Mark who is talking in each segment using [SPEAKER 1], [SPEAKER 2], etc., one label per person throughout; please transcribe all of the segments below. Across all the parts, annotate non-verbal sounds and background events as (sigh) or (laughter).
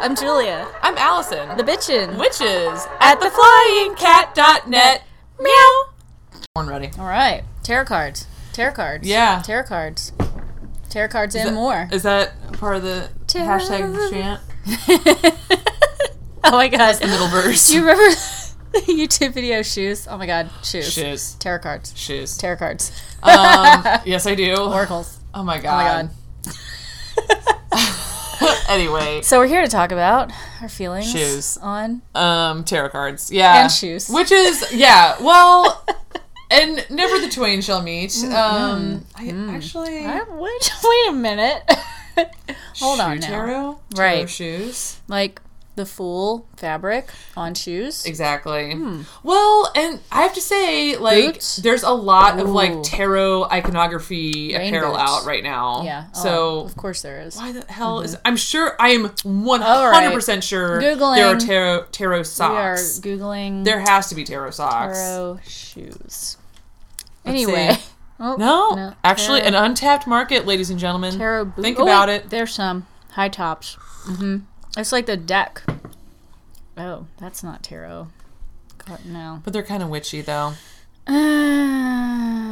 [SPEAKER 1] I'm Julia,
[SPEAKER 2] I'm Allison.
[SPEAKER 1] the bitchin.
[SPEAKER 2] witches at theflyingcat.net. Meow. One ready.
[SPEAKER 1] All right, tarot cards, tarot cards,
[SPEAKER 2] Yeah.
[SPEAKER 1] tarot cards, tarot cards, and
[SPEAKER 2] that-
[SPEAKER 1] more.
[SPEAKER 2] Is that part of the
[SPEAKER 1] Tarot.
[SPEAKER 2] hashtag chant?
[SPEAKER 1] (laughs) oh my god,
[SPEAKER 2] The middle verse.
[SPEAKER 1] Do you remember (laughs) the YouTube video shoes? Oh my god, shoes.
[SPEAKER 2] Shiz.
[SPEAKER 1] Tarot cards.
[SPEAKER 2] Shiz.
[SPEAKER 1] Tarot cards. (laughs)
[SPEAKER 2] um, yes, I do.
[SPEAKER 1] Oracles.
[SPEAKER 2] Oh my
[SPEAKER 1] Oh my god.
[SPEAKER 2] god. (laughs) anyway,
[SPEAKER 1] (laughs) So we're here to talk about our feelings
[SPEAKER 2] um, Shoes. (laughs)
[SPEAKER 1] on (laughs)
[SPEAKER 2] um, tarot cards. Yeah.
[SPEAKER 1] And shoes.
[SPEAKER 2] Which is, yeah, well, and never the twain shall meet.
[SPEAKER 1] Mm,
[SPEAKER 2] Um, I actually.
[SPEAKER 1] I- wait, wait a minute. (laughs) Hold on
[SPEAKER 2] Shoe
[SPEAKER 1] now.
[SPEAKER 2] Tarot?
[SPEAKER 1] Right.
[SPEAKER 2] Tarot shoes?
[SPEAKER 1] Like the fool fabric on shoes.
[SPEAKER 2] Exactly. Well, and I have to say, like,
[SPEAKER 1] Hmm. Boots?
[SPEAKER 2] there's a lot of
[SPEAKER 1] Ooh.
[SPEAKER 2] like tarot iconography
[SPEAKER 1] Rain
[SPEAKER 2] apparel
[SPEAKER 1] boots.
[SPEAKER 2] out right now.
[SPEAKER 1] Yeah. oh,
[SPEAKER 2] So
[SPEAKER 1] of course there is.
[SPEAKER 2] why the hell is? I'm sure. I am 100
[SPEAKER 1] All
[SPEAKER 2] percent sure there are
[SPEAKER 1] Googling.
[SPEAKER 2] tarot tarot
[SPEAKER 1] We are
[SPEAKER 2] socks.
[SPEAKER 1] googling
[SPEAKER 2] There has to be tarot socks.
[SPEAKER 1] tarot shoes.
[SPEAKER 2] Let's
[SPEAKER 1] anyway,
[SPEAKER 2] see.
[SPEAKER 1] (laughs) oh,
[SPEAKER 2] No,
[SPEAKER 1] No,
[SPEAKER 2] actually,
[SPEAKER 1] tarot-
[SPEAKER 2] an untapped market, ladies and gentlemen.
[SPEAKER 1] tarot boots.
[SPEAKER 2] Think about it.
[SPEAKER 1] Oh, There's some high tops. hmm It's like the deck. Oh, that's not tarot. God, no. (sighs)
[SPEAKER 2] But they're kind of witchy, though.
[SPEAKER 1] Uh,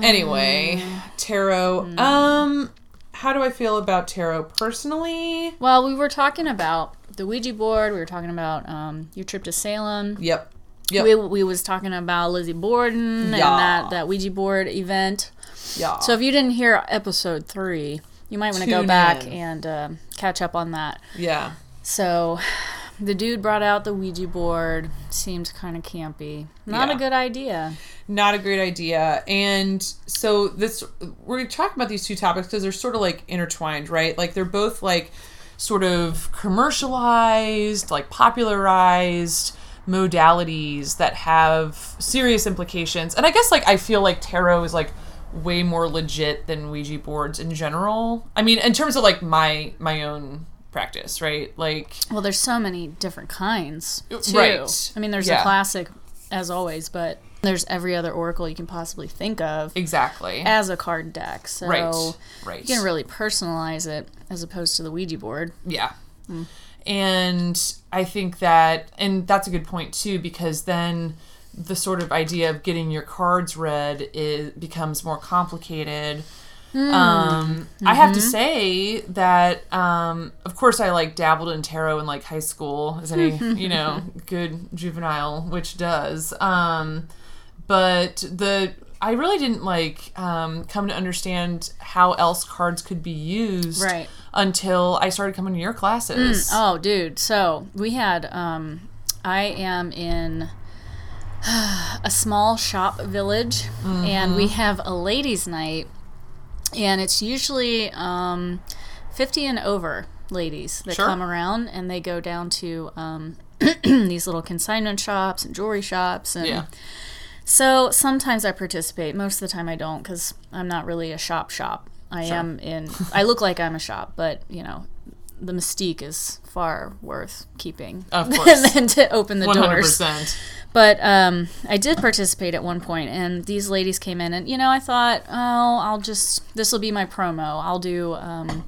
[SPEAKER 2] Anyway, tarot.
[SPEAKER 1] Hmm.
[SPEAKER 2] Um, how do I feel about tarot personally?
[SPEAKER 1] Well, we were talking about the Ouija board. We were talking about um, your trip to Salem.
[SPEAKER 2] Yep. Yep.
[SPEAKER 1] We, we was talking about Lizzie Borden and
[SPEAKER 2] Yeah.
[SPEAKER 1] that, that Ouija board event.
[SPEAKER 2] yeah.
[SPEAKER 1] So if you didn't hear episode three, you might want to go
[SPEAKER 2] Tune
[SPEAKER 1] back
[SPEAKER 2] in.
[SPEAKER 1] and um, catch up on that.
[SPEAKER 2] yeah.
[SPEAKER 1] So the dude brought out the Ouija board. Seems kind of campy. Not a
[SPEAKER 2] Yeah.
[SPEAKER 1] good idea.
[SPEAKER 2] not a great idea. And so this we're talking about these two topics because they're sort of like intertwined, right? Like they're both like sort of commercialized, like popularized modalities that have serious implications. And I guess like I feel like tarot is like way more legit than Ouija boards in general. I mean, in terms of like my my own practice, right? Like
[SPEAKER 1] Well, there's so many different kinds too.
[SPEAKER 2] Uh, right.
[SPEAKER 1] I mean, there's
[SPEAKER 2] Yeah.
[SPEAKER 1] the classic, as always, but there's every other oracle you can possibly think of
[SPEAKER 2] exactly.
[SPEAKER 1] as a card deck. So
[SPEAKER 2] Right. Right.
[SPEAKER 1] you can really personalize it as opposed to the Ouija board.
[SPEAKER 2] Yeah. And I think that, and that's a good point too, because then the sort of idea of getting your cards read is, becomes more complicated. Um, I have to say that, um, of course, I like dabbled in tarot in like high school, as any, you know, good juvenile, which does. Um, but the, I really didn't like um, come to understand how else cards could be used
[SPEAKER 1] Right.
[SPEAKER 2] until I started coming to your classes.
[SPEAKER 1] Oh, dude. So we had. Um, I am in a small shop village, and
[SPEAKER 2] Mm-hmm.
[SPEAKER 1] we have a ladies' night, and it's usually um, fifty and over ladies that
[SPEAKER 2] Sure.
[SPEAKER 1] come around, and they go down to um, (clears throat) these little consignment shops and jewelry shops, and
[SPEAKER 2] (laughs) Yeah.
[SPEAKER 1] so sometimes I participate. Most of the time I don't because I'm not really a shop shop. I am in. I look like I'm a shop, but you know, the mystique is far worth keeping
[SPEAKER 2] Of
[SPEAKER 1] (laughs)
[SPEAKER 2] course.
[SPEAKER 1] than to open the doors.
[SPEAKER 2] 100%.
[SPEAKER 1] But um, I did participate at one point, and these ladies came in, and you know, I thought, oh, I'll just this will be my promo. I'll do um,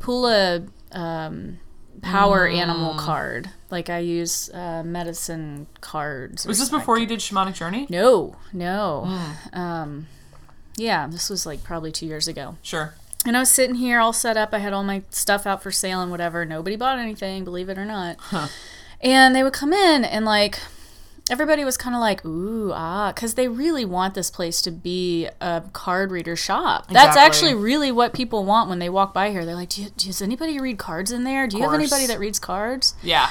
[SPEAKER 1] pull a um, power animal
[SPEAKER 2] Mm.
[SPEAKER 1] card, like I use uh, medicine cards. or
[SPEAKER 2] Was this before you did Shamanic Journey?
[SPEAKER 1] no, no.
[SPEAKER 2] (sighs)
[SPEAKER 1] Um, yeah, this was like probably two years ago.
[SPEAKER 2] Sure.
[SPEAKER 1] And I was sitting here all set up. I had all my stuff out for sale and whatever. Nobody bought anything, believe it or
[SPEAKER 2] (laughs)
[SPEAKER 1] not. And they would come in and like everybody was kind of like, ooh, ah, because they really want this place to be a card reader shop. That's
[SPEAKER 2] Exactly.
[SPEAKER 1] actually really what people want when they walk by here. They're like, do you, does anybody read cards in there? Do you have
[SPEAKER 2] course.
[SPEAKER 1] anybody that reads cards?
[SPEAKER 2] Yeah.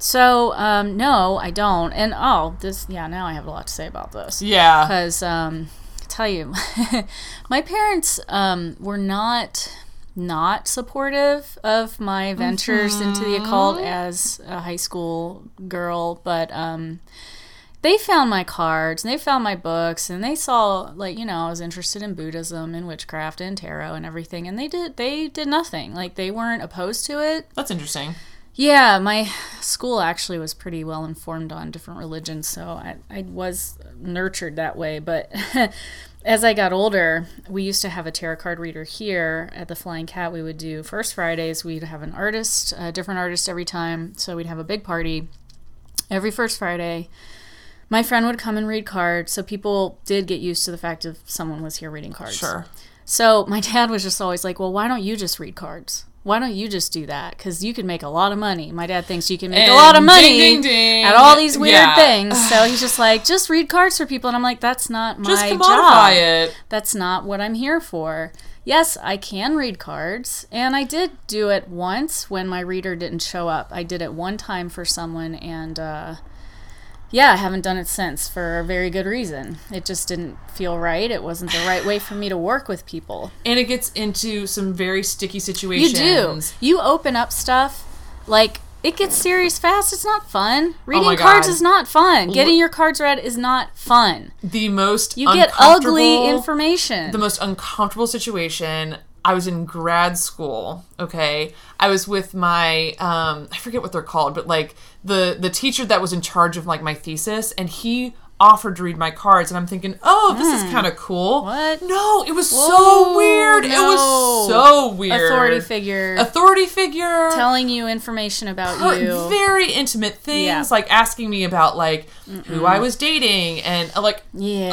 [SPEAKER 1] So, um, no, I don't. And oh, this, yeah, now I have a lot to say about this
[SPEAKER 2] Yeah.
[SPEAKER 1] because um, I tell you, (laughs) my parents um, were not not supportive of my ventures into the occult as a high school girl, but um, they found my cards and they found my books and they saw like you know I was interested in Buddhism and witchcraft and tarot and everything, and they did they did nothing like they weren't opposed to it.
[SPEAKER 2] That's interesting.
[SPEAKER 1] Yeah, my school actually was pretty well informed on different religions, so I, I was nurtured that way. But (laughs) as I got older, we used to have a tarot card reader here at the Flying Cat. We would do first Fridays, we'd have an artist, a different artist every time. So we'd have a big party every first Friday. My friend would come and read cards. So people did get used to the fact of someone was here reading cards.
[SPEAKER 2] Sure.
[SPEAKER 1] So my (laughs) dad was just always like, well, why don't you just read cards? Why don't you just do that? Because you could make a lot of money. My dad thinks you can make a
[SPEAKER 2] And
[SPEAKER 1] lot of money
[SPEAKER 2] ding, ding, ding.
[SPEAKER 1] at all these weird
[SPEAKER 2] Yeah.
[SPEAKER 1] things.
[SPEAKER 2] (sighs)
[SPEAKER 1] So he's just like, just read cards for people. And I'm like, that's not my
[SPEAKER 2] Just
[SPEAKER 1] job.
[SPEAKER 2] commodify it.
[SPEAKER 1] That's not what I'm here for. Yes, I can read cards, and I did do it once when my reader didn't show up. I did it one time for someone, and uh, yeah, I haven't done it since for a very good reason. It just didn't feel right. It wasn't the right way for me to work with people.
[SPEAKER 2] And it gets into some very sticky
[SPEAKER 1] You
[SPEAKER 2] situations.
[SPEAKER 1] do. You open up stuff like. It gets serious fast. It's not fun. Reading
[SPEAKER 2] Oh my
[SPEAKER 1] cards
[SPEAKER 2] God.
[SPEAKER 1] is not fun. Getting your cards read is not fun.
[SPEAKER 2] The most
[SPEAKER 1] You get ugly
[SPEAKER 2] uncomfortable-
[SPEAKER 1] information.
[SPEAKER 2] the most uncomfortable situation. I was in grad school, okay? I was with my um I forget what they're called, but like the the teacher that was in charge of like my thesis and he offered to read my cards and I'm thinking, "Oh, this is kind of cool."
[SPEAKER 1] Hmm. What?
[SPEAKER 2] No, it was
[SPEAKER 1] Whoa,
[SPEAKER 2] so weird. It
[SPEAKER 1] no.
[SPEAKER 2] was so weird.
[SPEAKER 1] Authority figure.
[SPEAKER 2] Authority figure
[SPEAKER 1] telling you information about
[SPEAKER 2] per-
[SPEAKER 1] you.
[SPEAKER 2] very intimate things
[SPEAKER 1] Yeah.
[SPEAKER 2] like asking me about like who I was dating and uh, like oh my
[SPEAKER 1] Yeah.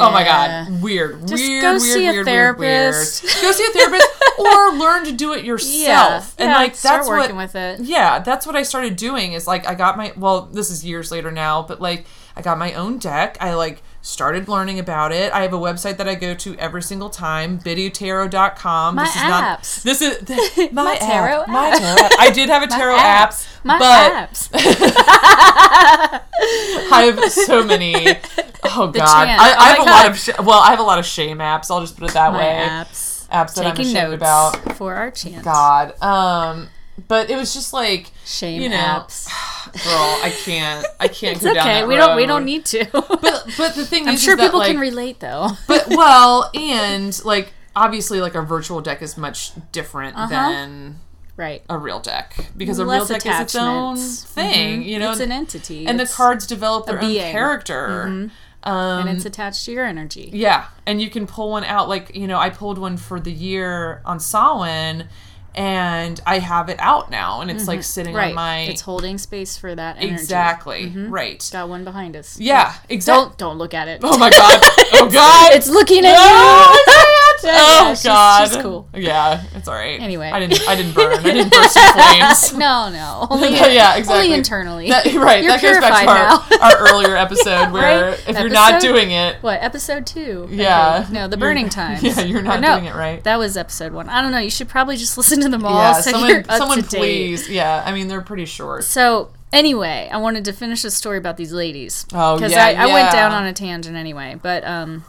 [SPEAKER 2] god weird
[SPEAKER 1] Just
[SPEAKER 2] weird
[SPEAKER 1] go
[SPEAKER 2] weird
[SPEAKER 1] see a
[SPEAKER 2] weird,
[SPEAKER 1] therapist.
[SPEAKER 2] weird weird go see a
[SPEAKER 1] (laughs)
[SPEAKER 2] therapist or learn to do it yourself and like
[SPEAKER 1] start
[SPEAKER 2] that's
[SPEAKER 1] working
[SPEAKER 2] what
[SPEAKER 1] with it.
[SPEAKER 2] yeah that's what I started doing is like I got my well this is years later now but like I got my own deck I like started learning about it I have a website that I go to every single time bidutarot.com
[SPEAKER 1] My
[SPEAKER 2] this is not
[SPEAKER 1] apps.
[SPEAKER 2] this is
[SPEAKER 1] (laughs)
[SPEAKER 2] th- my, app,
[SPEAKER 1] tarot
[SPEAKER 2] my
[SPEAKER 1] app.
[SPEAKER 2] tarot app. I did
[SPEAKER 1] (laughs)
[SPEAKER 2] have a tarot app
[SPEAKER 1] apps. Oh, My
[SPEAKER 2] but (laughs)
[SPEAKER 1] apps.
[SPEAKER 2] I have
[SPEAKER 1] (laughs)
[SPEAKER 2] so many. Oh God,
[SPEAKER 1] chant.
[SPEAKER 2] I, I have
[SPEAKER 1] Oh
[SPEAKER 2] a
[SPEAKER 1] my
[SPEAKER 2] lot
[SPEAKER 1] God.
[SPEAKER 2] of sh- well, I have a lot of shame apps. I'll just put it that
[SPEAKER 1] My
[SPEAKER 2] way.
[SPEAKER 1] apps.
[SPEAKER 2] Apps that I'm
[SPEAKER 1] Taking
[SPEAKER 2] ashamed
[SPEAKER 1] notes
[SPEAKER 2] about.
[SPEAKER 1] for our chant.
[SPEAKER 2] God, um, but it was just like
[SPEAKER 1] Shame
[SPEAKER 2] you know, (sighs)
[SPEAKER 1] apps.
[SPEAKER 2] girl, I can't, I can't go
[SPEAKER 1] It's
[SPEAKER 2] down
[SPEAKER 1] okay.
[SPEAKER 2] that
[SPEAKER 1] We don't. We
[SPEAKER 2] road.
[SPEAKER 1] don't need to.
[SPEAKER 2] But but the thing
[SPEAKER 1] (laughs) I'm
[SPEAKER 2] is,
[SPEAKER 1] sure
[SPEAKER 2] is that,
[SPEAKER 1] people
[SPEAKER 2] like,
[SPEAKER 1] can relate though.
[SPEAKER 2] (laughs) but well, and like obviously, like a virtual deck is much different than
[SPEAKER 1] right.
[SPEAKER 2] a real deck because a real
[SPEAKER 1] Uh-huh. Less
[SPEAKER 2] deck is its own
[SPEAKER 1] attachments. Mm-hmm.
[SPEAKER 2] thing. You know,
[SPEAKER 1] it's an entity,
[SPEAKER 2] and the
[SPEAKER 1] It's-
[SPEAKER 2] cards develop their own
[SPEAKER 1] being. Mm-hmm.
[SPEAKER 2] character. Um,
[SPEAKER 1] and it's attached to your energy.
[SPEAKER 2] Yeah, and you can pull one out. Like you know, I pulled one for the year on Samhain, and I have it out now, and it's like sitting
[SPEAKER 1] Mm-hmm. Right.
[SPEAKER 2] on my
[SPEAKER 1] It's holding space for that energy. Mm-hmm.
[SPEAKER 2] exactly right.
[SPEAKER 1] Got one behind us.
[SPEAKER 2] Yeah,
[SPEAKER 1] (laughs)
[SPEAKER 2] exactly.
[SPEAKER 1] Don't don't look at
[SPEAKER 2] (laughs)
[SPEAKER 1] it.
[SPEAKER 2] Oh my god! Oh god!
[SPEAKER 1] It's looking at you.
[SPEAKER 2] (laughs) Oh,
[SPEAKER 1] (laughs)
[SPEAKER 2] I can't.
[SPEAKER 1] yeah,
[SPEAKER 2] Oh,
[SPEAKER 1] she's-
[SPEAKER 2] god!
[SPEAKER 1] she's
[SPEAKER 2] (laughs)
[SPEAKER 1] cool. (laughs)
[SPEAKER 2] Yeah, it's all right.
[SPEAKER 1] Anyway.
[SPEAKER 2] I didn't. I didn't burn.
[SPEAKER 1] (laughs)
[SPEAKER 2] I didn't burst in flames.
[SPEAKER 1] No, no.
[SPEAKER 2] (laughs)
[SPEAKER 1] Only,
[SPEAKER 2] yeah, exactly.
[SPEAKER 1] only internally.
[SPEAKER 2] That- right.
[SPEAKER 1] You're
[SPEAKER 2] that goes back to
[SPEAKER 1] purified
[SPEAKER 2] our, (laughs) our earlier
[SPEAKER 1] (laughs)
[SPEAKER 2] episode where
[SPEAKER 1] right?
[SPEAKER 2] if you're not
[SPEAKER 1] Episode?
[SPEAKER 2] doing it,
[SPEAKER 1] what episode two? I
[SPEAKER 2] Yeah.
[SPEAKER 1] think. No, the
[SPEAKER 2] You're-
[SPEAKER 1] burning times.
[SPEAKER 2] (laughs) yeah, you're not
[SPEAKER 1] Or no,
[SPEAKER 2] doing it right.
[SPEAKER 1] That was episode one. I don't know. You should probably just listen to them all.
[SPEAKER 2] yeah,
[SPEAKER 1] so
[SPEAKER 2] someone,
[SPEAKER 1] you're up
[SPEAKER 2] someone,
[SPEAKER 1] to date.
[SPEAKER 2] please. Yeah, I mean they're pretty short.
[SPEAKER 1] So anyway, I wanted to finish the story about these ladies.
[SPEAKER 2] Oh,
[SPEAKER 1] because
[SPEAKER 2] yeah,
[SPEAKER 1] I, I went
[SPEAKER 2] yeah.
[SPEAKER 1] down on a tangent anyway. But um,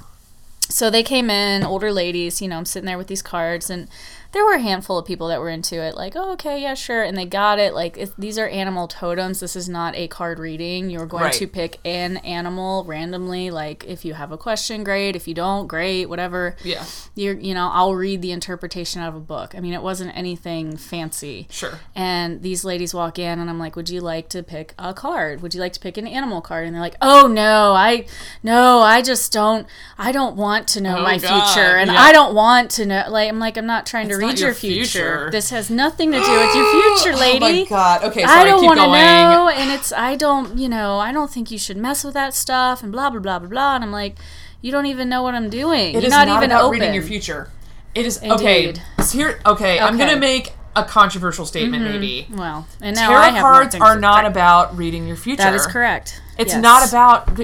[SPEAKER 1] so they came in, older ladies. You know, I'm sitting there with these cards, and there were a handful of people that were into it. Like, oh, okay, yeah, sure, and they got it. Like, if, these are animal totems. This is not a card reading. You're going
[SPEAKER 2] Right.
[SPEAKER 1] to pick an animal randomly. Like, if you have a question, great. If you don't, great. Whatever.
[SPEAKER 2] Yeah.
[SPEAKER 1] You're, you know, I'll read the interpretation out of a book. I mean, it wasn't anything fancy.
[SPEAKER 2] Sure.
[SPEAKER 1] And these ladies walk in, and I'm like, "Would you like to pick a card? Would you like to pick an animal card?" And they're like, "Oh no, I, no, I just don't. I don't want to know
[SPEAKER 2] Oh,
[SPEAKER 1] my
[SPEAKER 2] God,
[SPEAKER 1] future, and
[SPEAKER 2] yeah.
[SPEAKER 1] I don't want to know. Like, I'm like, I'm not trying to
[SPEAKER 2] It's
[SPEAKER 1] read
[SPEAKER 2] not
[SPEAKER 1] your,
[SPEAKER 2] your
[SPEAKER 1] future.
[SPEAKER 2] future.
[SPEAKER 1] This has nothing to do with
[SPEAKER 2] (gasps)
[SPEAKER 1] your future, lady.
[SPEAKER 2] Oh my god. Okay, sorry.
[SPEAKER 1] I don't
[SPEAKER 2] keep
[SPEAKER 1] want to
[SPEAKER 2] going.
[SPEAKER 1] know, and it's I don't, you know, I don't think you should mess with that stuff, and blah blah blah blah blah. And I'm like, you don't even know what I'm doing.
[SPEAKER 2] It
[SPEAKER 1] You're
[SPEAKER 2] is
[SPEAKER 1] not, even
[SPEAKER 2] about
[SPEAKER 1] open.
[SPEAKER 2] reading your future. It is okay.
[SPEAKER 1] Indeed.
[SPEAKER 2] so Here, okay, I'm
[SPEAKER 1] Okay.
[SPEAKER 2] gonna make a controversial statement. Maybe
[SPEAKER 1] Well, and now I
[SPEAKER 2] tarot
[SPEAKER 1] have
[SPEAKER 2] cards
[SPEAKER 1] more things
[SPEAKER 2] are
[SPEAKER 1] to
[SPEAKER 2] not
[SPEAKER 1] correct.
[SPEAKER 2] about reading your future.
[SPEAKER 1] That is correct.
[SPEAKER 2] It's
[SPEAKER 1] Yes.
[SPEAKER 2] not about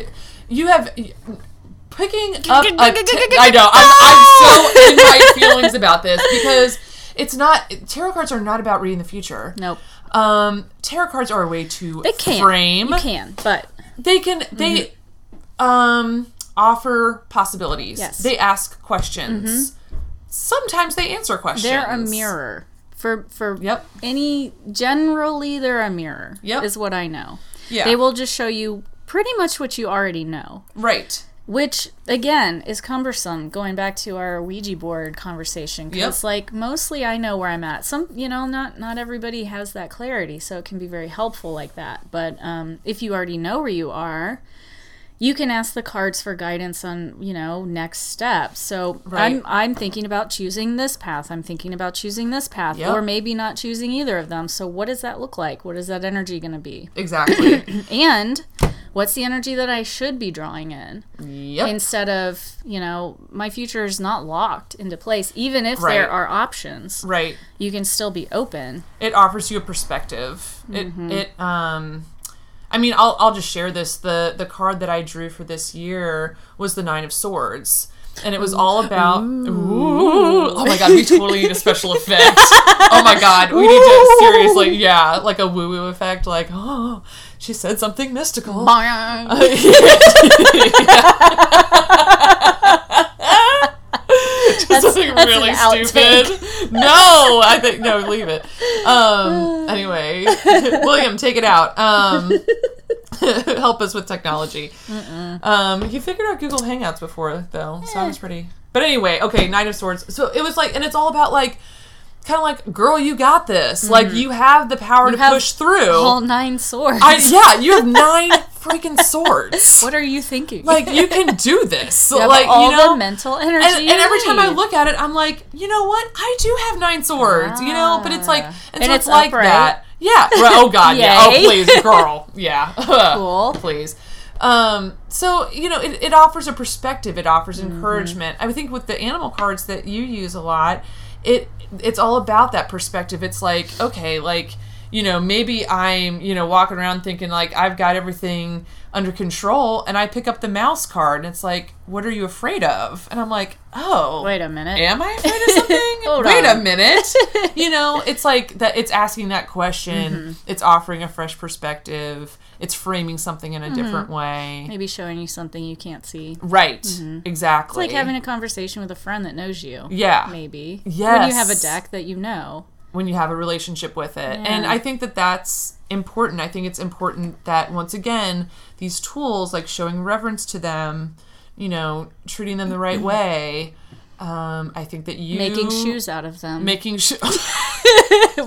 [SPEAKER 2] you have picking up. A t- I know
[SPEAKER 1] (laughs)
[SPEAKER 2] I'm, I'm so in my feelings about this because it's not tarot cards are not about reading the future.
[SPEAKER 1] Nope.
[SPEAKER 2] Um, tarot cards are a way to
[SPEAKER 1] They can.
[SPEAKER 2] frame.
[SPEAKER 1] You can, but
[SPEAKER 2] They can. They um offer possibilities.
[SPEAKER 1] Mm-hmm. Yes. Mm-hmm.
[SPEAKER 2] They ask questions. Sometimes they answer questions.
[SPEAKER 1] they're a mirror for for
[SPEAKER 2] Yep.
[SPEAKER 1] any. Generally, they're a mirror.
[SPEAKER 2] Yep.
[SPEAKER 1] is what I know.
[SPEAKER 2] Yeah.
[SPEAKER 1] They will just show you pretty much what you already know,
[SPEAKER 2] Right.
[SPEAKER 1] which again is cumbersome. Going back to our Ouija board conversation, because
[SPEAKER 2] Yep.
[SPEAKER 1] like mostly I know where I'm at. Some you know, not not everybody has that clarity, so it can be very helpful like that. But um, if you already know where you are. you can ask the cards for guidance on you know next steps. So
[SPEAKER 2] Right.
[SPEAKER 1] I'm I'm thinking about choosing this path. I'm thinking about choosing this path,
[SPEAKER 2] Yep.
[SPEAKER 1] or maybe not choosing either of them. So what does that look like? What is that energy going to be?
[SPEAKER 2] Exactly.
[SPEAKER 1] (coughs) And what's the energy that I should be drawing in?
[SPEAKER 2] yep.
[SPEAKER 1] instead of you know my future is not locked into place even if
[SPEAKER 2] Right.
[SPEAKER 1] there are options
[SPEAKER 2] right.
[SPEAKER 1] you can still be open
[SPEAKER 2] it offers you a perspective. It it um I mean I'll I'll just share this. The the card that I drew for this year was the 9 of swords. And it was all about Ooh. Oh my god, we totally need a special effect. Oh my god, we need to seriously, yeah, like a woo woo effect like, (gasps) "Oh, she said something mystical."
[SPEAKER 1] (laughs)
[SPEAKER 2] (laughs) something
[SPEAKER 1] that's
[SPEAKER 2] really
[SPEAKER 1] an outtake.
[SPEAKER 2] stupid. No, I think no, leave it. Um, anyway, (laughs) William, take it out. Um, (laughs) help us with technology. Um, he figured out Google Hangouts before though, so that was pretty. But anyway, okay, Nine of Swords. So it was like, and it's all about like. Kind of like, girl, you got this. Like, you have the power to
[SPEAKER 1] Mm-hmm. have
[SPEAKER 2] push through.
[SPEAKER 1] (laughs) all nine swords (laughs)
[SPEAKER 2] I, yeah, you have nine freaking swords.
[SPEAKER 1] what are you thinking
[SPEAKER 2] Like, you can do this.
[SPEAKER 1] You have
[SPEAKER 2] like,
[SPEAKER 1] all
[SPEAKER 2] you know,
[SPEAKER 1] the mental energy
[SPEAKER 2] and,
[SPEAKER 1] you
[SPEAKER 2] and every time I
[SPEAKER 1] need.
[SPEAKER 2] look at it, I'm like, you know what? I do have nine swords, you know. But it's like, and,
[SPEAKER 1] Ah. And
[SPEAKER 2] so it's,
[SPEAKER 1] it's
[SPEAKER 2] like
[SPEAKER 1] upright.
[SPEAKER 2] that, yeah. Right, oh God, yeah. Oh
[SPEAKER 1] (laughs) Yay.
[SPEAKER 2] please, girl, yeah. (laughs)
[SPEAKER 1] Cool.
[SPEAKER 2] please. Um, so you know, it, it offers a perspective. It offers encouragement. I think with the animal cards that you use a lot, it it's all about that perspective. It's like, okay, like you know, maybe I'm you know walking around thinking like I've got everything under control, and I pick up the mouse card, and it's like, what are you afraid of? And I'm like, oh,
[SPEAKER 1] wait a minute
[SPEAKER 2] am I afraid of something?
[SPEAKER 1] (laughs) Hold
[SPEAKER 2] Wait a
[SPEAKER 1] on. (laughs)
[SPEAKER 2] minute. You know, it's like that it's asking that question.
[SPEAKER 1] Mm-hmm.
[SPEAKER 2] It's offering a fresh perspective. It's framing something
[SPEAKER 1] Mm-hmm.
[SPEAKER 2] in a different way.
[SPEAKER 1] maybe showing you something you can't see
[SPEAKER 2] Right. Exactly.
[SPEAKER 1] Mm-hmm. like having a conversation with a friend that knows you
[SPEAKER 2] yeah.
[SPEAKER 1] maybe when
[SPEAKER 2] Yes.
[SPEAKER 1] you have a deck that you know
[SPEAKER 2] when you have a relationship with it. And I think that that's important. I think it's important that once again, these tools like showing reverence to them, you know, treating them the right way. Um, I think that you
[SPEAKER 1] Mm-hmm. making shoes out of them
[SPEAKER 2] making shoes.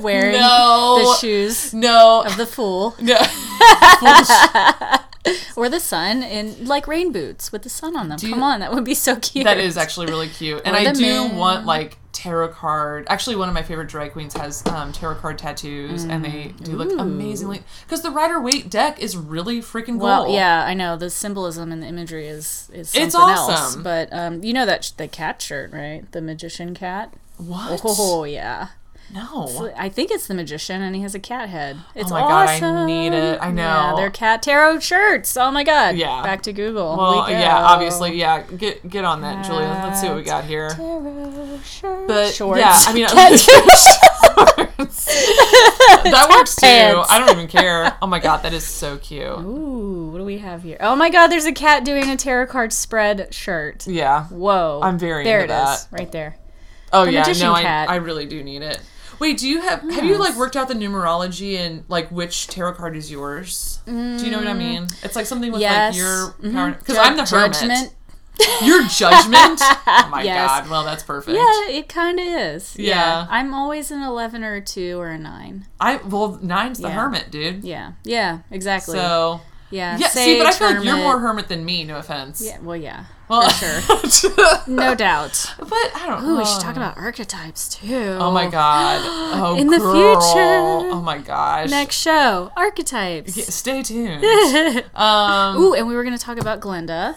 [SPEAKER 1] wearing
[SPEAKER 2] no,
[SPEAKER 1] the shoes
[SPEAKER 2] (laughs) no,
[SPEAKER 1] of the fool
[SPEAKER 2] (laughs) no.
[SPEAKER 1] (laughs) Or the sun in like rain boots with the sun on them.
[SPEAKER 2] you-
[SPEAKER 1] Come on, that would be so cute.
[SPEAKER 2] That is actually really cute. And I
[SPEAKER 1] the
[SPEAKER 2] do
[SPEAKER 1] moon.
[SPEAKER 2] want like tarot card. Actually, one of my favorite drag queens has um, tarot card tattoos, and they
[SPEAKER 1] Mm.
[SPEAKER 2] do look amazingly. Because the Rider Waite deck is really freaking cool.
[SPEAKER 1] Well, yeah, I know the symbolism and the imagery is is something
[SPEAKER 2] It's
[SPEAKER 1] else.
[SPEAKER 2] awesome.
[SPEAKER 1] But um, you know that sh- the cat shirt, right? The magician cat. (laughs)
[SPEAKER 2] What?
[SPEAKER 1] Oh yeah,
[SPEAKER 2] No.
[SPEAKER 1] I think it's the magician, and he has a cat head. It's
[SPEAKER 2] Oh my god,
[SPEAKER 1] awesome.
[SPEAKER 2] I need it. I know.
[SPEAKER 1] Yeah, they're cat tarot shirts. Oh my god.
[SPEAKER 2] Yeah.
[SPEAKER 1] Back to Google.
[SPEAKER 2] well,
[SPEAKER 1] We
[SPEAKER 2] yeah,
[SPEAKER 1] go.
[SPEAKER 2] obviously, yeah. Get get on that, Julia. Let's see what we got here.
[SPEAKER 1] Tarot shirts.
[SPEAKER 2] But
[SPEAKER 1] Shorts.
[SPEAKER 2] yeah,
[SPEAKER 1] (laughs)
[SPEAKER 2] I mean, (laughs)
[SPEAKER 1] Cat
[SPEAKER 2] that works too.
[SPEAKER 1] pants.
[SPEAKER 2] I don't even care. Oh my god, that is so cute.
[SPEAKER 1] Ooh, what do we have here? Oh my god, there's a cat doing a tarot card spread shirt.
[SPEAKER 2] Yeah.
[SPEAKER 1] Whoa.
[SPEAKER 2] I'm very
[SPEAKER 1] There
[SPEAKER 2] into
[SPEAKER 1] it is,
[SPEAKER 2] that.
[SPEAKER 1] Right there.
[SPEAKER 2] Oh yeah,
[SPEAKER 1] magician
[SPEAKER 2] no, I,
[SPEAKER 1] cat.
[SPEAKER 2] I really do need it. Wait, do you have have you like worked out the numerology and like which tarot card is yours? Do you know what I mean? It's like something with
[SPEAKER 1] Mm, Yes.
[SPEAKER 2] like your
[SPEAKER 1] Mhm.
[SPEAKER 2] power because
[SPEAKER 1] Ju-
[SPEAKER 2] I'm the hermit.
[SPEAKER 1] judgment.
[SPEAKER 2] (laughs) Your judgment. oh my
[SPEAKER 1] Yes.
[SPEAKER 2] god! Well, that's perfect.
[SPEAKER 1] Yeah, it kind of is.
[SPEAKER 2] Yeah.
[SPEAKER 1] I'm always an 11 or a 2 or a 9.
[SPEAKER 2] I well nine's the
[SPEAKER 1] Yeah.
[SPEAKER 2] hermit, dude.
[SPEAKER 1] Yeah. Yeah, exactly.
[SPEAKER 2] So
[SPEAKER 1] yeah.
[SPEAKER 2] yeah, see, but I
[SPEAKER 1] sage,
[SPEAKER 2] feel like you're
[SPEAKER 1] hermit.
[SPEAKER 2] more hermit than me. No offense.
[SPEAKER 1] Yeah, well, yeah.
[SPEAKER 2] well, (laughs)
[SPEAKER 1] for
[SPEAKER 2] sure.
[SPEAKER 1] No doubt.
[SPEAKER 2] but I don't.
[SPEAKER 1] Ooh,
[SPEAKER 2] know.
[SPEAKER 1] we should talk about archetypes too. (gasps)
[SPEAKER 2] Oh my god! Oh,
[SPEAKER 1] In the
[SPEAKER 2] girl.
[SPEAKER 1] future.
[SPEAKER 2] Oh my gosh!
[SPEAKER 1] Next show, archetypes.
[SPEAKER 2] Yeah, stay tuned. (laughs)
[SPEAKER 1] (laughs)
[SPEAKER 2] um,
[SPEAKER 1] Ooh, and we were going to talk about Glinda.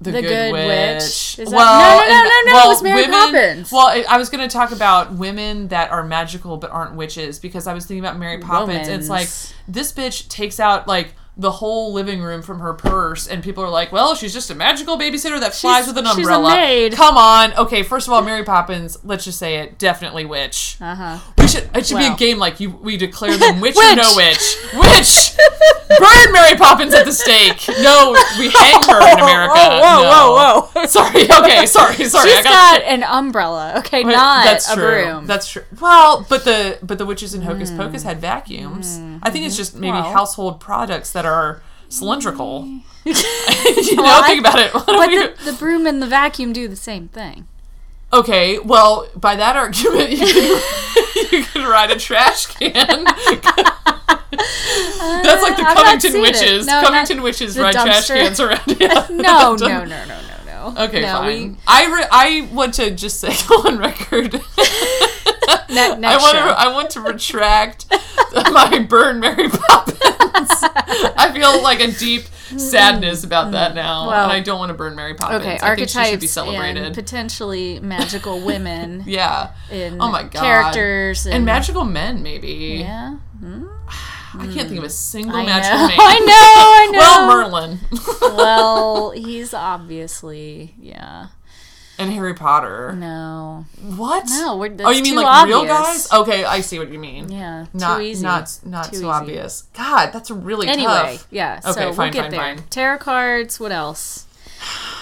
[SPEAKER 2] the,
[SPEAKER 1] The
[SPEAKER 2] Good,
[SPEAKER 1] Good
[SPEAKER 2] Witch.
[SPEAKER 1] Witch. Is that- No, no, no,
[SPEAKER 2] and-
[SPEAKER 1] no, no, it was Mary Poppins.
[SPEAKER 2] Well, I- I was going to talk about women that are magical but aren't witches because I was thinking about Mary Poppins. and It's like
[SPEAKER 1] Romans.
[SPEAKER 2] this bitch takes out like the whole living room from her purse, and people are like, "Well, she's just a magical babysitter that flies with an
[SPEAKER 1] she's a
[SPEAKER 2] umbrella."
[SPEAKER 1] maid.
[SPEAKER 2] Come on, okay. First of all, Mary Poppins. Let's just say it, definitely witch.
[SPEAKER 1] Uh-huh.
[SPEAKER 2] We should. It should be a
[SPEAKER 1] Wow.
[SPEAKER 2] game like you. We declare
[SPEAKER 1] (laughs)
[SPEAKER 2] them witch, or
[SPEAKER 1] Witch.
[SPEAKER 2] no witch. Witch. Burn Mary Poppins at the stake. No, we hang her in
[SPEAKER 1] (laughs)
[SPEAKER 2] America.
[SPEAKER 1] Oh, Whoa, whoa,
[SPEAKER 2] No.
[SPEAKER 1] whoa, whoa. (laughs)
[SPEAKER 2] Sorry. Okay. Sorry. Sorry. I
[SPEAKER 1] She's
[SPEAKER 2] gotta-
[SPEAKER 1] got an umbrella, okay,
[SPEAKER 2] Wait,
[SPEAKER 1] not
[SPEAKER 2] (laughs) that's
[SPEAKER 1] a
[SPEAKER 2] true.
[SPEAKER 1] broom. (laughs) Hmm.
[SPEAKER 2] That's true. Well, but the but the witches in Hocus Pocus had vacuums. I think it's just maybe
[SPEAKER 1] Well. Hmm.
[SPEAKER 2] household products that are cylindrical. (laughs) you know,
[SPEAKER 1] Well, I-
[SPEAKER 2] think about it. (laughs) What
[SPEAKER 1] but
[SPEAKER 2] do we-
[SPEAKER 1] the, the broom and the vacuum do the same thing.
[SPEAKER 2] Okay, well, by that argument, (laughs)
[SPEAKER 1] (laughs)
[SPEAKER 2] you could, you could ride a trash can. (laughs) That's like the
[SPEAKER 1] I've not
[SPEAKER 2] Covington
[SPEAKER 1] seen it.
[SPEAKER 2] witches.
[SPEAKER 1] No, not
[SPEAKER 2] Covington witches
[SPEAKER 1] the
[SPEAKER 2] ride trash
[SPEAKER 1] dumpster.
[SPEAKER 2] cans around. Yeah.
[SPEAKER 1] (laughs) No,
[SPEAKER 2] (laughs)
[SPEAKER 1] no,
[SPEAKER 2] The
[SPEAKER 1] no,
[SPEAKER 2] dump-
[SPEAKER 1] no, no, no.
[SPEAKER 2] Okay,
[SPEAKER 1] no,
[SPEAKER 2] fine. I re- I want to just say (laughs) on record.
[SPEAKER 1] Ne- (laughs)
[SPEAKER 2] I
[SPEAKER 1] next
[SPEAKER 2] want
[SPEAKER 1] show.
[SPEAKER 2] to I want to retract my burn Mary Poppins. (laughs) I feel like a deep sadness about that now,
[SPEAKER 1] Well-
[SPEAKER 2] and I don't want to burn Mary Poppins.
[SPEAKER 1] Okay,
[SPEAKER 2] I think
[SPEAKER 1] archetypes
[SPEAKER 2] she should be
[SPEAKER 1] and
[SPEAKER 2] celebrated.
[SPEAKER 1] potentially magical
[SPEAKER 2] (laughs)
[SPEAKER 1] women
[SPEAKER 2] yeah.
[SPEAKER 1] in
[SPEAKER 2] Oh my God.
[SPEAKER 1] characters and,
[SPEAKER 2] And magical men, maybe.
[SPEAKER 1] yeah. Hmm.
[SPEAKER 2] I can't think of a single
[SPEAKER 1] I know.
[SPEAKER 2] magical man.
[SPEAKER 1] (laughs) I know. I know.
[SPEAKER 2] (laughs) Well, Merlin
[SPEAKER 1] well, he's obviously yeah.
[SPEAKER 2] and Harry Potter.
[SPEAKER 1] No,
[SPEAKER 2] What?
[SPEAKER 1] no. We're, that's
[SPEAKER 2] oh, you mean
[SPEAKER 1] too
[SPEAKER 2] like
[SPEAKER 1] obvious.
[SPEAKER 2] real guys? Okay, I see what you mean.
[SPEAKER 1] Yeah,
[SPEAKER 2] Not
[SPEAKER 1] too easy.
[SPEAKER 2] not not
[SPEAKER 1] Too
[SPEAKER 2] too,
[SPEAKER 1] easy.
[SPEAKER 2] obvious. God, that's really
[SPEAKER 1] anyway,
[SPEAKER 2] tough.
[SPEAKER 1] yeah.
[SPEAKER 2] Okay,
[SPEAKER 1] so we'll
[SPEAKER 2] fine,
[SPEAKER 1] get
[SPEAKER 2] fine,
[SPEAKER 1] there.
[SPEAKER 2] fine.
[SPEAKER 1] Tarot cards. What else?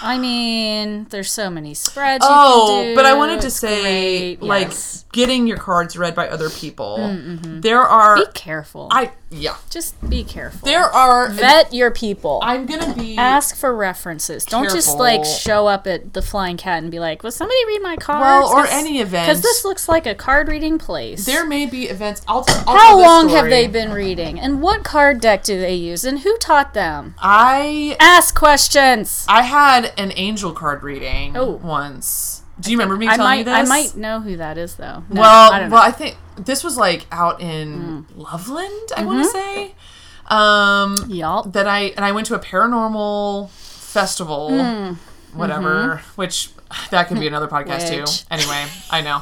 [SPEAKER 1] I mean, there's so many spreads. you
[SPEAKER 2] Oh,
[SPEAKER 1] can do.
[SPEAKER 2] but I wanted to
[SPEAKER 1] It's
[SPEAKER 2] say,
[SPEAKER 1] great,
[SPEAKER 2] like,
[SPEAKER 1] yes. Mm, mm-hmm.
[SPEAKER 2] getting your cards read by other people. There are,
[SPEAKER 1] be careful.
[SPEAKER 2] I yeah,
[SPEAKER 1] Just be careful.
[SPEAKER 2] there are.
[SPEAKER 1] Vet your people.
[SPEAKER 2] I'm gonna be.
[SPEAKER 1] Ask for references. Don't just
[SPEAKER 2] Careful.
[SPEAKER 1] like show up at the Flying Cat and be like, "Will somebody read my cards?"
[SPEAKER 2] well, or any event.
[SPEAKER 1] because this looks like a card reading place.
[SPEAKER 2] there may be events. I'll, t- I'll tell
[SPEAKER 1] How
[SPEAKER 2] this
[SPEAKER 1] long have
[SPEAKER 2] story.
[SPEAKER 1] they been reading? And what card deck do they use? And who taught them?
[SPEAKER 2] I
[SPEAKER 1] Ask questions.
[SPEAKER 2] I had an angel card reading
[SPEAKER 1] Oh.
[SPEAKER 2] once. Do you remember me
[SPEAKER 1] I
[SPEAKER 2] telling
[SPEAKER 1] might
[SPEAKER 2] you this?
[SPEAKER 1] I might know who that is though. No,
[SPEAKER 2] well,
[SPEAKER 1] I don't know. Mm.
[SPEAKER 2] well, I think this was like out in Loveland. I
[SPEAKER 1] Mm-hmm.
[SPEAKER 2] want to say. Um,
[SPEAKER 1] Yup.
[SPEAKER 2] that I and I went to a paranormal festival,
[SPEAKER 1] Mm.
[SPEAKER 2] whatever, which that could be
[SPEAKER 1] (laughs)
[SPEAKER 2] another podcast
[SPEAKER 1] Mm-hmm. Which.
[SPEAKER 2] too. Anyway, I
[SPEAKER 1] (laughs)
[SPEAKER 2] know.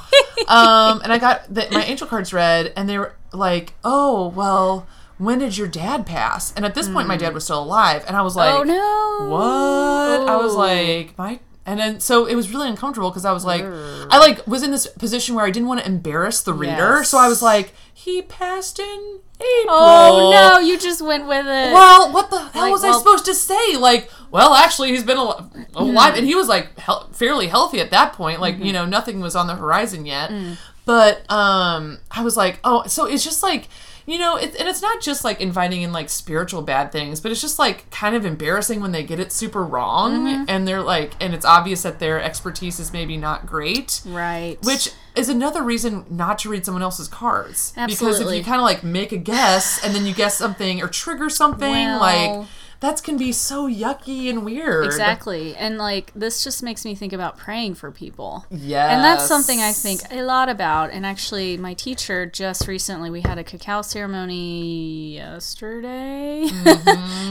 [SPEAKER 2] um, and I got the, my angel cards read, and they were like, "Oh, well, when did your dad pass?" And at this point, my dad was still alive, and I was like,
[SPEAKER 1] Mm. oh no.
[SPEAKER 2] what? I was
[SPEAKER 1] Oh.
[SPEAKER 2] like, my. And then, so it was really uncomfortable because I was like,
[SPEAKER 1] Mm.
[SPEAKER 2] I like was in this position where I didn't want to embarrass the reader,
[SPEAKER 1] Yes.
[SPEAKER 2] so I was like, he passed in April.
[SPEAKER 1] Oh no, you just went with it.
[SPEAKER 2] Well, what the hell
[SPEAKER 1] Like,
[SPEAKER 2] was
[SPEAKER 1] well- Hmm.
[SPEAKER 2] I supposed to say? Like, well, actually, he's been al- alive, and he was like hel- fairly healthy at that point. Like, you know, nothing was on the horizon yet.
[SPEAKER 1] Hmm.
[SPEAKER 2] But um, I was like, oh, so it's just like. You know, it, and it's not just like inviting in like spiritual bad things, but it's just like kind of embarrassing when they get it super wrong
[SPEAKER 1] Mm-hmm.
[SPEAKER 2] and they're like, and it's obvious that their expertise is maybe not great.
[SPEAKER 1] right.
[SPEAKER 2] Which is another reason not to read someone else's cards. Because if
[SPEAKER 1] Absolutely.
[SPEAKER 2] you kind of like make a guess and then you guess something or trigger something,
[SPEAKER 1] Well-
[SPEAKER 2] like that's can be so yucky and weird.
[SPEAKER 1] Exactly. And like this just makes me think about praying for people.
[SPEAKER 2] Yes.
[SPEAKER 1] And that's something I think a lot about. And actually, my teacher just recently, we had a cacao ceremony yesterday.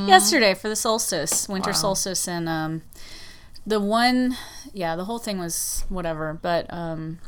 [SPEAKER 1] (laughs) yesterday for the solstice, winter solstice. And um, the one, yeah, the whole thing was whatever. But um,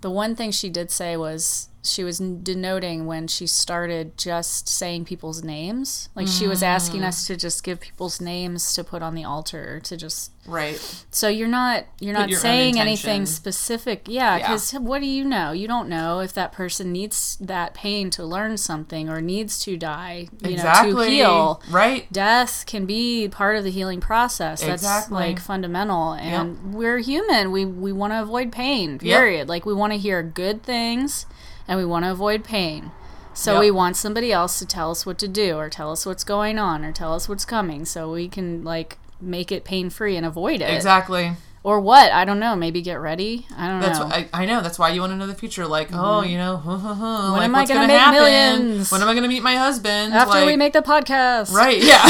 [SPEAKER 1] the one thing she did say was she was n- denoting when she started just saying people's names. Like she was asking us to just give people's names to put on the altar, to just
[SPEAKER 2] Right.
[SPEAKER 1] so you're not you're not
[SPEAKER 2] your own
[SPEAKER 1] saying
[SPEAKER 2] intention.
[SPEAKER 1] anything specific. Yeah,
[SPEAKER 2] Yeah.
[SPEAKER 1] because what do you know? You don't know if that person needs that pain to learn something or needs to die, you
[SPEAKER 2] exactly.
[SPEAKER 1] know, to heal.
[SPEAKER 2] Right.
[SPEAKER 1] Death can be part of the healing process. That's
[SPEAKER 2] Exactly.
[SPEAKER 1] like fundamental. And we're human. We we want to avoid pain. Period. Like we want to hear good things and we want to avoid pain. So
[SPEAKER 2] Yep.
[SPEAKER 1] we want somebody else to tell us what to do or tell us what's going on or tell us what's coming so we can like make it pain free and avoid it
[SPEAKER 2] Exactly.
[SPEAKER 1] or what i don't know maybe get ready i don't
[SPEAKER 2] That's
[SPEAKER 1] know
[SPEAKER 2] why I, I know. That's why you want to know the future. Like, oh, you know, (laughs) when
[SPEAKER 1] Mm-hmm. am I gonna make millions?
[SPEAKER 2] When am I going to meet my husband?
[SPEAKER 1] after
[SPEAKER 2] like,
[SPEAKER 1] we make the podcast
[SPEAKER 2] Right. Yeah.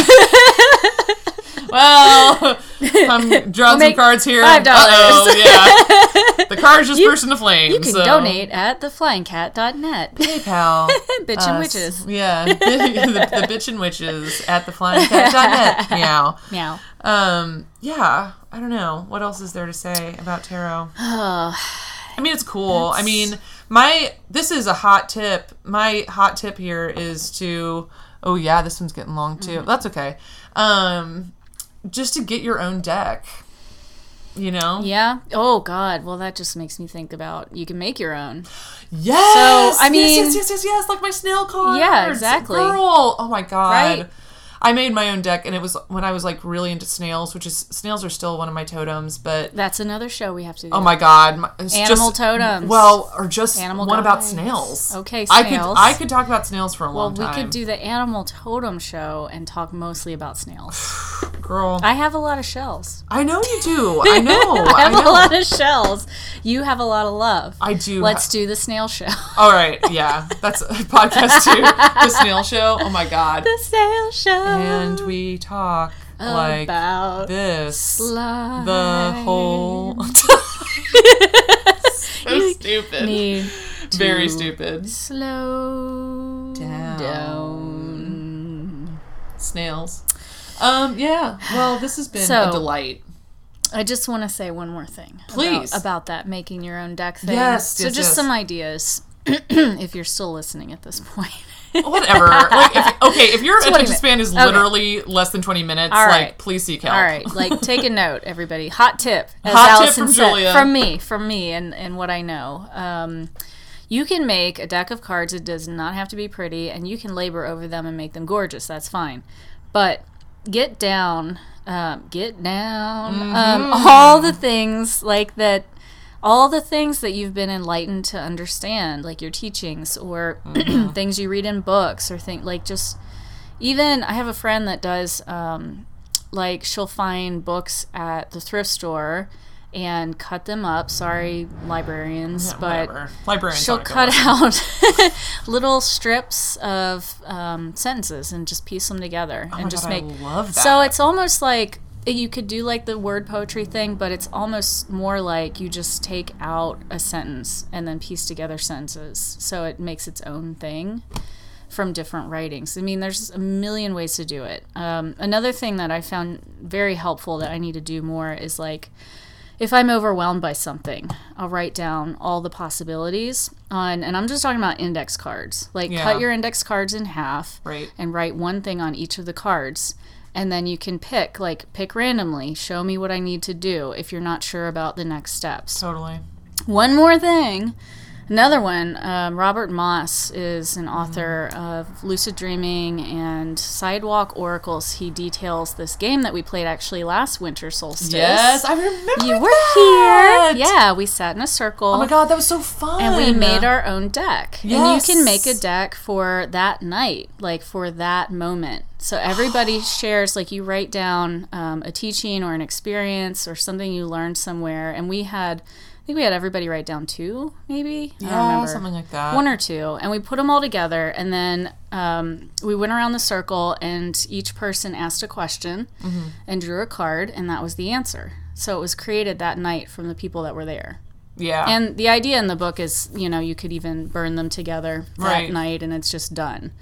[SPEAKER 1] (laughs)
[SPEAKER 2] well, I'm drawing
[SPEAKER 1] make
[SPEAKER 2] some cards here.
[SPEAKER 1] $5.
[SPEAKER 2] Oh,
[SPEAKER 1] (laughs)
[SPEAKER 2] yeah. The cards just burst into flames.
[SPEAKER 1] you can donate at theflyingcat.net
[SPEAKER 2] PayPal.
[SPEAKER 1] (laughs) bitch and witches
[SPEAKER 2] Uh, Yeah.
[SPEAKER 1] (laughs)
[SPEAKER 2] (laughs) the, the bitch and witches at
[SPEAKER 1] (laughs)
[SPEAKER 2] the flyingcat.net. Meow.
[SPEAKER 1] meow
[SPEAKER 2] Um, yeah. I don't know. What else is there to say about tarot? I mean, it's cool. I mean, my this is a hot tip. My hot tip here is to oh yeah, this one's getting long too.
[SPEAKER 1] Mm-hmm.
[SPEAKER 2] That's okay. Um, just to get your own deck. You know,
[SPEAKER 1] yeah oh god well that just makes me think about you can make your own
[SPEAKER 2] yes.
[SPEAKER 1] So, I
[SPEAKER 2] Yes,
[SPEAKER 1] mean-
[SPEAKER 2] yes, yes, yes, yes, like my snail cards.
[SPEAKER 1] Yeah, exactly.
[SPEAKER 2] Girl, oh my god.
[SPEAKER 1] Right?
[SPEAKER 2] I made my own deck, and it was when I was like really into snails, which is snails are still one of my totems, but
[SPEAKER 1] that's another show we have to do
[SPEAKER 2] Oh my god! My, it's
[SPEAKER 1] Animal
[SPEAKER 2] just-
[SPEAKER 1] totems.
[SPEAKER 2] Well, or just
[SPEAKER 1] Animal
[SPEAKER 2] one about
[SPEAKER 1] guides.
[SPEAKER 2] snails.
[SPEAKER 1] Okay, snails.
[SPEAKER 2] I could I could talk about snails for a
[SPEAKER 1] well
[SPEAKER 2] long
[SPEAKER 1] we
[SPEAKER 2] time. (sighs)
[SPEAKER 1] could do the animal totem show and talk mostly about snails
[SPEAKER 2] girl.
[SPEAKER 1] I have a lot of shells.
[SPEAKER 2] I know you
[SPEAKER 1] (laughs)
[SPEAKER 2] do. I know.
[SPEAKER 1] I have
[SPEAKER 2] know.
[SPEAKER 1] a lot of shells. You have a lot of love.
[SPEAKER 2] I do. Oh.
[SPEAKER 1] Let's do the snail show.
[SPEAKER 2] All right. Yeah. That's a (laughs) podcast too. the snail show. Oh my
[SPEAKER 1] (laughs)
[SPEAKER 2] god.
[SPEAKER 1] the snail show.
[SPEAKER 2] And we talk like
[SPEAKER 1] about
[SPEAKER 2] this
[SPEAKER 1] slime.
[SPEAKER 2] the (laughs)
[SPEAKER 1] (laughs)
[SPEAKER 2] whole. so stupid.
[SPEAKER 1] Need
[SPEAKER 2] Very
[SPEAKER 1] to
[SPEAKER 2] stupid.
[SPEAKER 1] Slow
[SPEAKER 2] Down.
[SPEAKER 1] down.
[SPEAKER 2] Snails. Um. Yeah. Well, this has been
[SPEAKER 1] So-
[SPEAKER 2] a delight.
[SPEAKER 1] I just want to say one more thing. about-
[SPEAKER 2] Please.
[SPEAKER 1] About, that making your own deck thing.
[SPEAKER 2] Yes,
[SPEAKER 1] So
[SPEAKER 2] yes,
[SPEAKER 1] just
[SPEAKER 2] yes.
[SPEAKER 1] some ideas (clears throat) if you're still listening at this point. (laughs)
[SPEAKER 2] Whatever. like, if, okay, if your
[SPEAKER 1] 20
[SPEAKER 2] attention span is
[SPEAKER 1] minutes. Okay.
[SPEAKER 2] literally less than twenty minutes,
[SPEAKER 1] All
[SPEAKER 2] like
[SPEAKER 1] right.
[SPEAKER 2] please seek help.
[SPEAKER 1] All right,
[SPEAKER 2] (laughs)
[SPEAKER 1] like take a note, everybody. Hot tip, as
[SPEAKER 2] Hot tip
[SPEAKER 1] Allison
[SPEAKER 2] from
[SPEAKER 1] said,
[SPEAKER 2] Julia.
[SPEAKER 1] from me, from me, and and what I know. Um, you can make a deck of cards. It does not have to be pretty, and you can labor over them and make them gorgeous. That's fine, but get down, um, get down. Um,
[SPEAKER 2] Mm-hmm.
[SPEAKER 1] all the things like that. All the things that you've been enlightened to understand, like your teachings or (clears throat)
[SPEAKER 2] Mm-hmm.
[SPEAKER 1] things you read in books or things like just even I have a friend that does um, like she'll find books at the thrift store and cut them up. Sorry, librarians, but
[SPEAKER 2] Whatever. Librarians.
[SPEAKER 1] she'll
[SPEAKER 2] don't go
[SPEAKER 1] cut
[SPEAKER 2] out.
[SPEAKER 1] out (laughs)
[SPEAKER 2] (laughs)
[SPEAKER 1] little strips of um, sentences and just piece them together
[SPEAKER 2] Oh my
[SPEAKER 1] and just
[SPEAKER 2] God, I
[SPEAKER 1] make.
[SPEAKER 2] love that.
[SPEAKER 1] So it's almost like you could do like the word poetry thing, but it's almost more like you just take out a sentence and then piece together sentences. So it makes its own thing from different writings. I mean, there's a million ways to do it. Um, another thing that I found very helpful that I need to do more is like if I'm overwhelmed by something, I'll write down all the possibilities on, and I'm just talking about index cards. Like
[SPEAKER 2] Yeah.
[SPEAKER 1] cut your index cards in half
[SPEAKER 2] Right.
[SPEAKER 1] and write one thing on each of the cards. And then you can pick, like, pick randomly, show me what I need to do if you're not sure about the next steps.
[SPEAKER 2] Totally.
[SPEAKER 1] One more thing. Another one, um, Robert Moss is
[SPEAKER 2] Mm-hmm.
[SPEAKER 1] an author of Lucid Dreaming and Sidewalk Oracles. He details this game that we played actually last winter solstice.
[SPEAKER 2] Yes, I remember.
[SPEAKER 1] You were
[SPEAKER 2] that.
[SPEAKER 1] here. Yeah, we sat in a circle.
[SPEAKER 2] Oh my god, that was so fun.
[SPEAKER 1] And we made our own deck. And you can make a
[SPEAKER 2] Yes.
[SPEAKER 1] deck for that night, like for that moment. So
[SPEAKER 2] (gasps)
[SPEAKER 1] everybody shares, like you write down um, a teaching or an experience or something you learned somewhere. And we had, I think we had everybody write down two, maybe. I don't
[SPEAKER 2] yeah,
[SPEAKER 1] remember.
[SPEAKER 2] something like that.
[SPEAKER 1] One or two. And we put them all together. And then um, we went around the circle and each person asked a question
[SPEAKER 2] Mm-hmm.
[SPEAKER 1] and drew a card. And that was the answer. So it was created that night from the people that were there.
[SPEAKER 2] yeah,
[SPEAKER 1] And the idea in the book is, you know, you could even burn them together that
[SPEAKER 2] Right.
[SPEAKER 1] night and it's just done.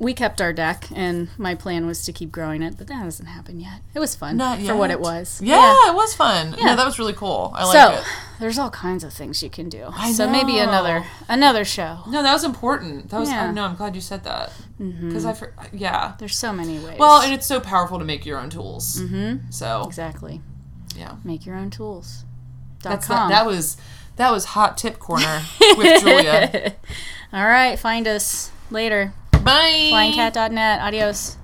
[SPEAKER 1] We kept our deck and my plan was to keep growing it, but that hasn't happened yet. It was fun
[SPEAKER 2] Not
[SPEAKER 1] for what
[SPEAKER 2] yet.
[SPEAKER 1] it was.
[SPEAKER 2] yeah, it was fun. Yeah, that was really cool. I like
[SPEAKER 1] so
[SPEAKER 2] it.
[SPEAKER 1] there's all kinds of things you can do. so maybe
[SPEAKER 2] know.
[SPEAKER 1] another another show.
[SPEAKER 2] No, that was important. That was
[SPEAKER 1] Yeah. Mm-hmm.
[SPEAKER 2] I no. I'm glad you said that because I for, yeah.
[SPEAKER 1] There's so many ways.
[SPEAKER 2] Well, and it's so powerful to make your own tools. Mm-hmm. So
[SPEAKER 1] exactly.
[SPEAKER 2] yeah,
[SPEAKER 1] Make your own tools. Dot
[SPEAKER 2] that's that,
[SPEAKER 1] com.
[SPEAKER 2] that was that was hot tip corner
[SPEAKER 1] (laughs)
[SPEAKER 2] with Julia.
[SPEAKER 1] all right, find us later.
[SPEAKER 2] Bye.
[SPEAKER 1] Blindcat.net. Adios.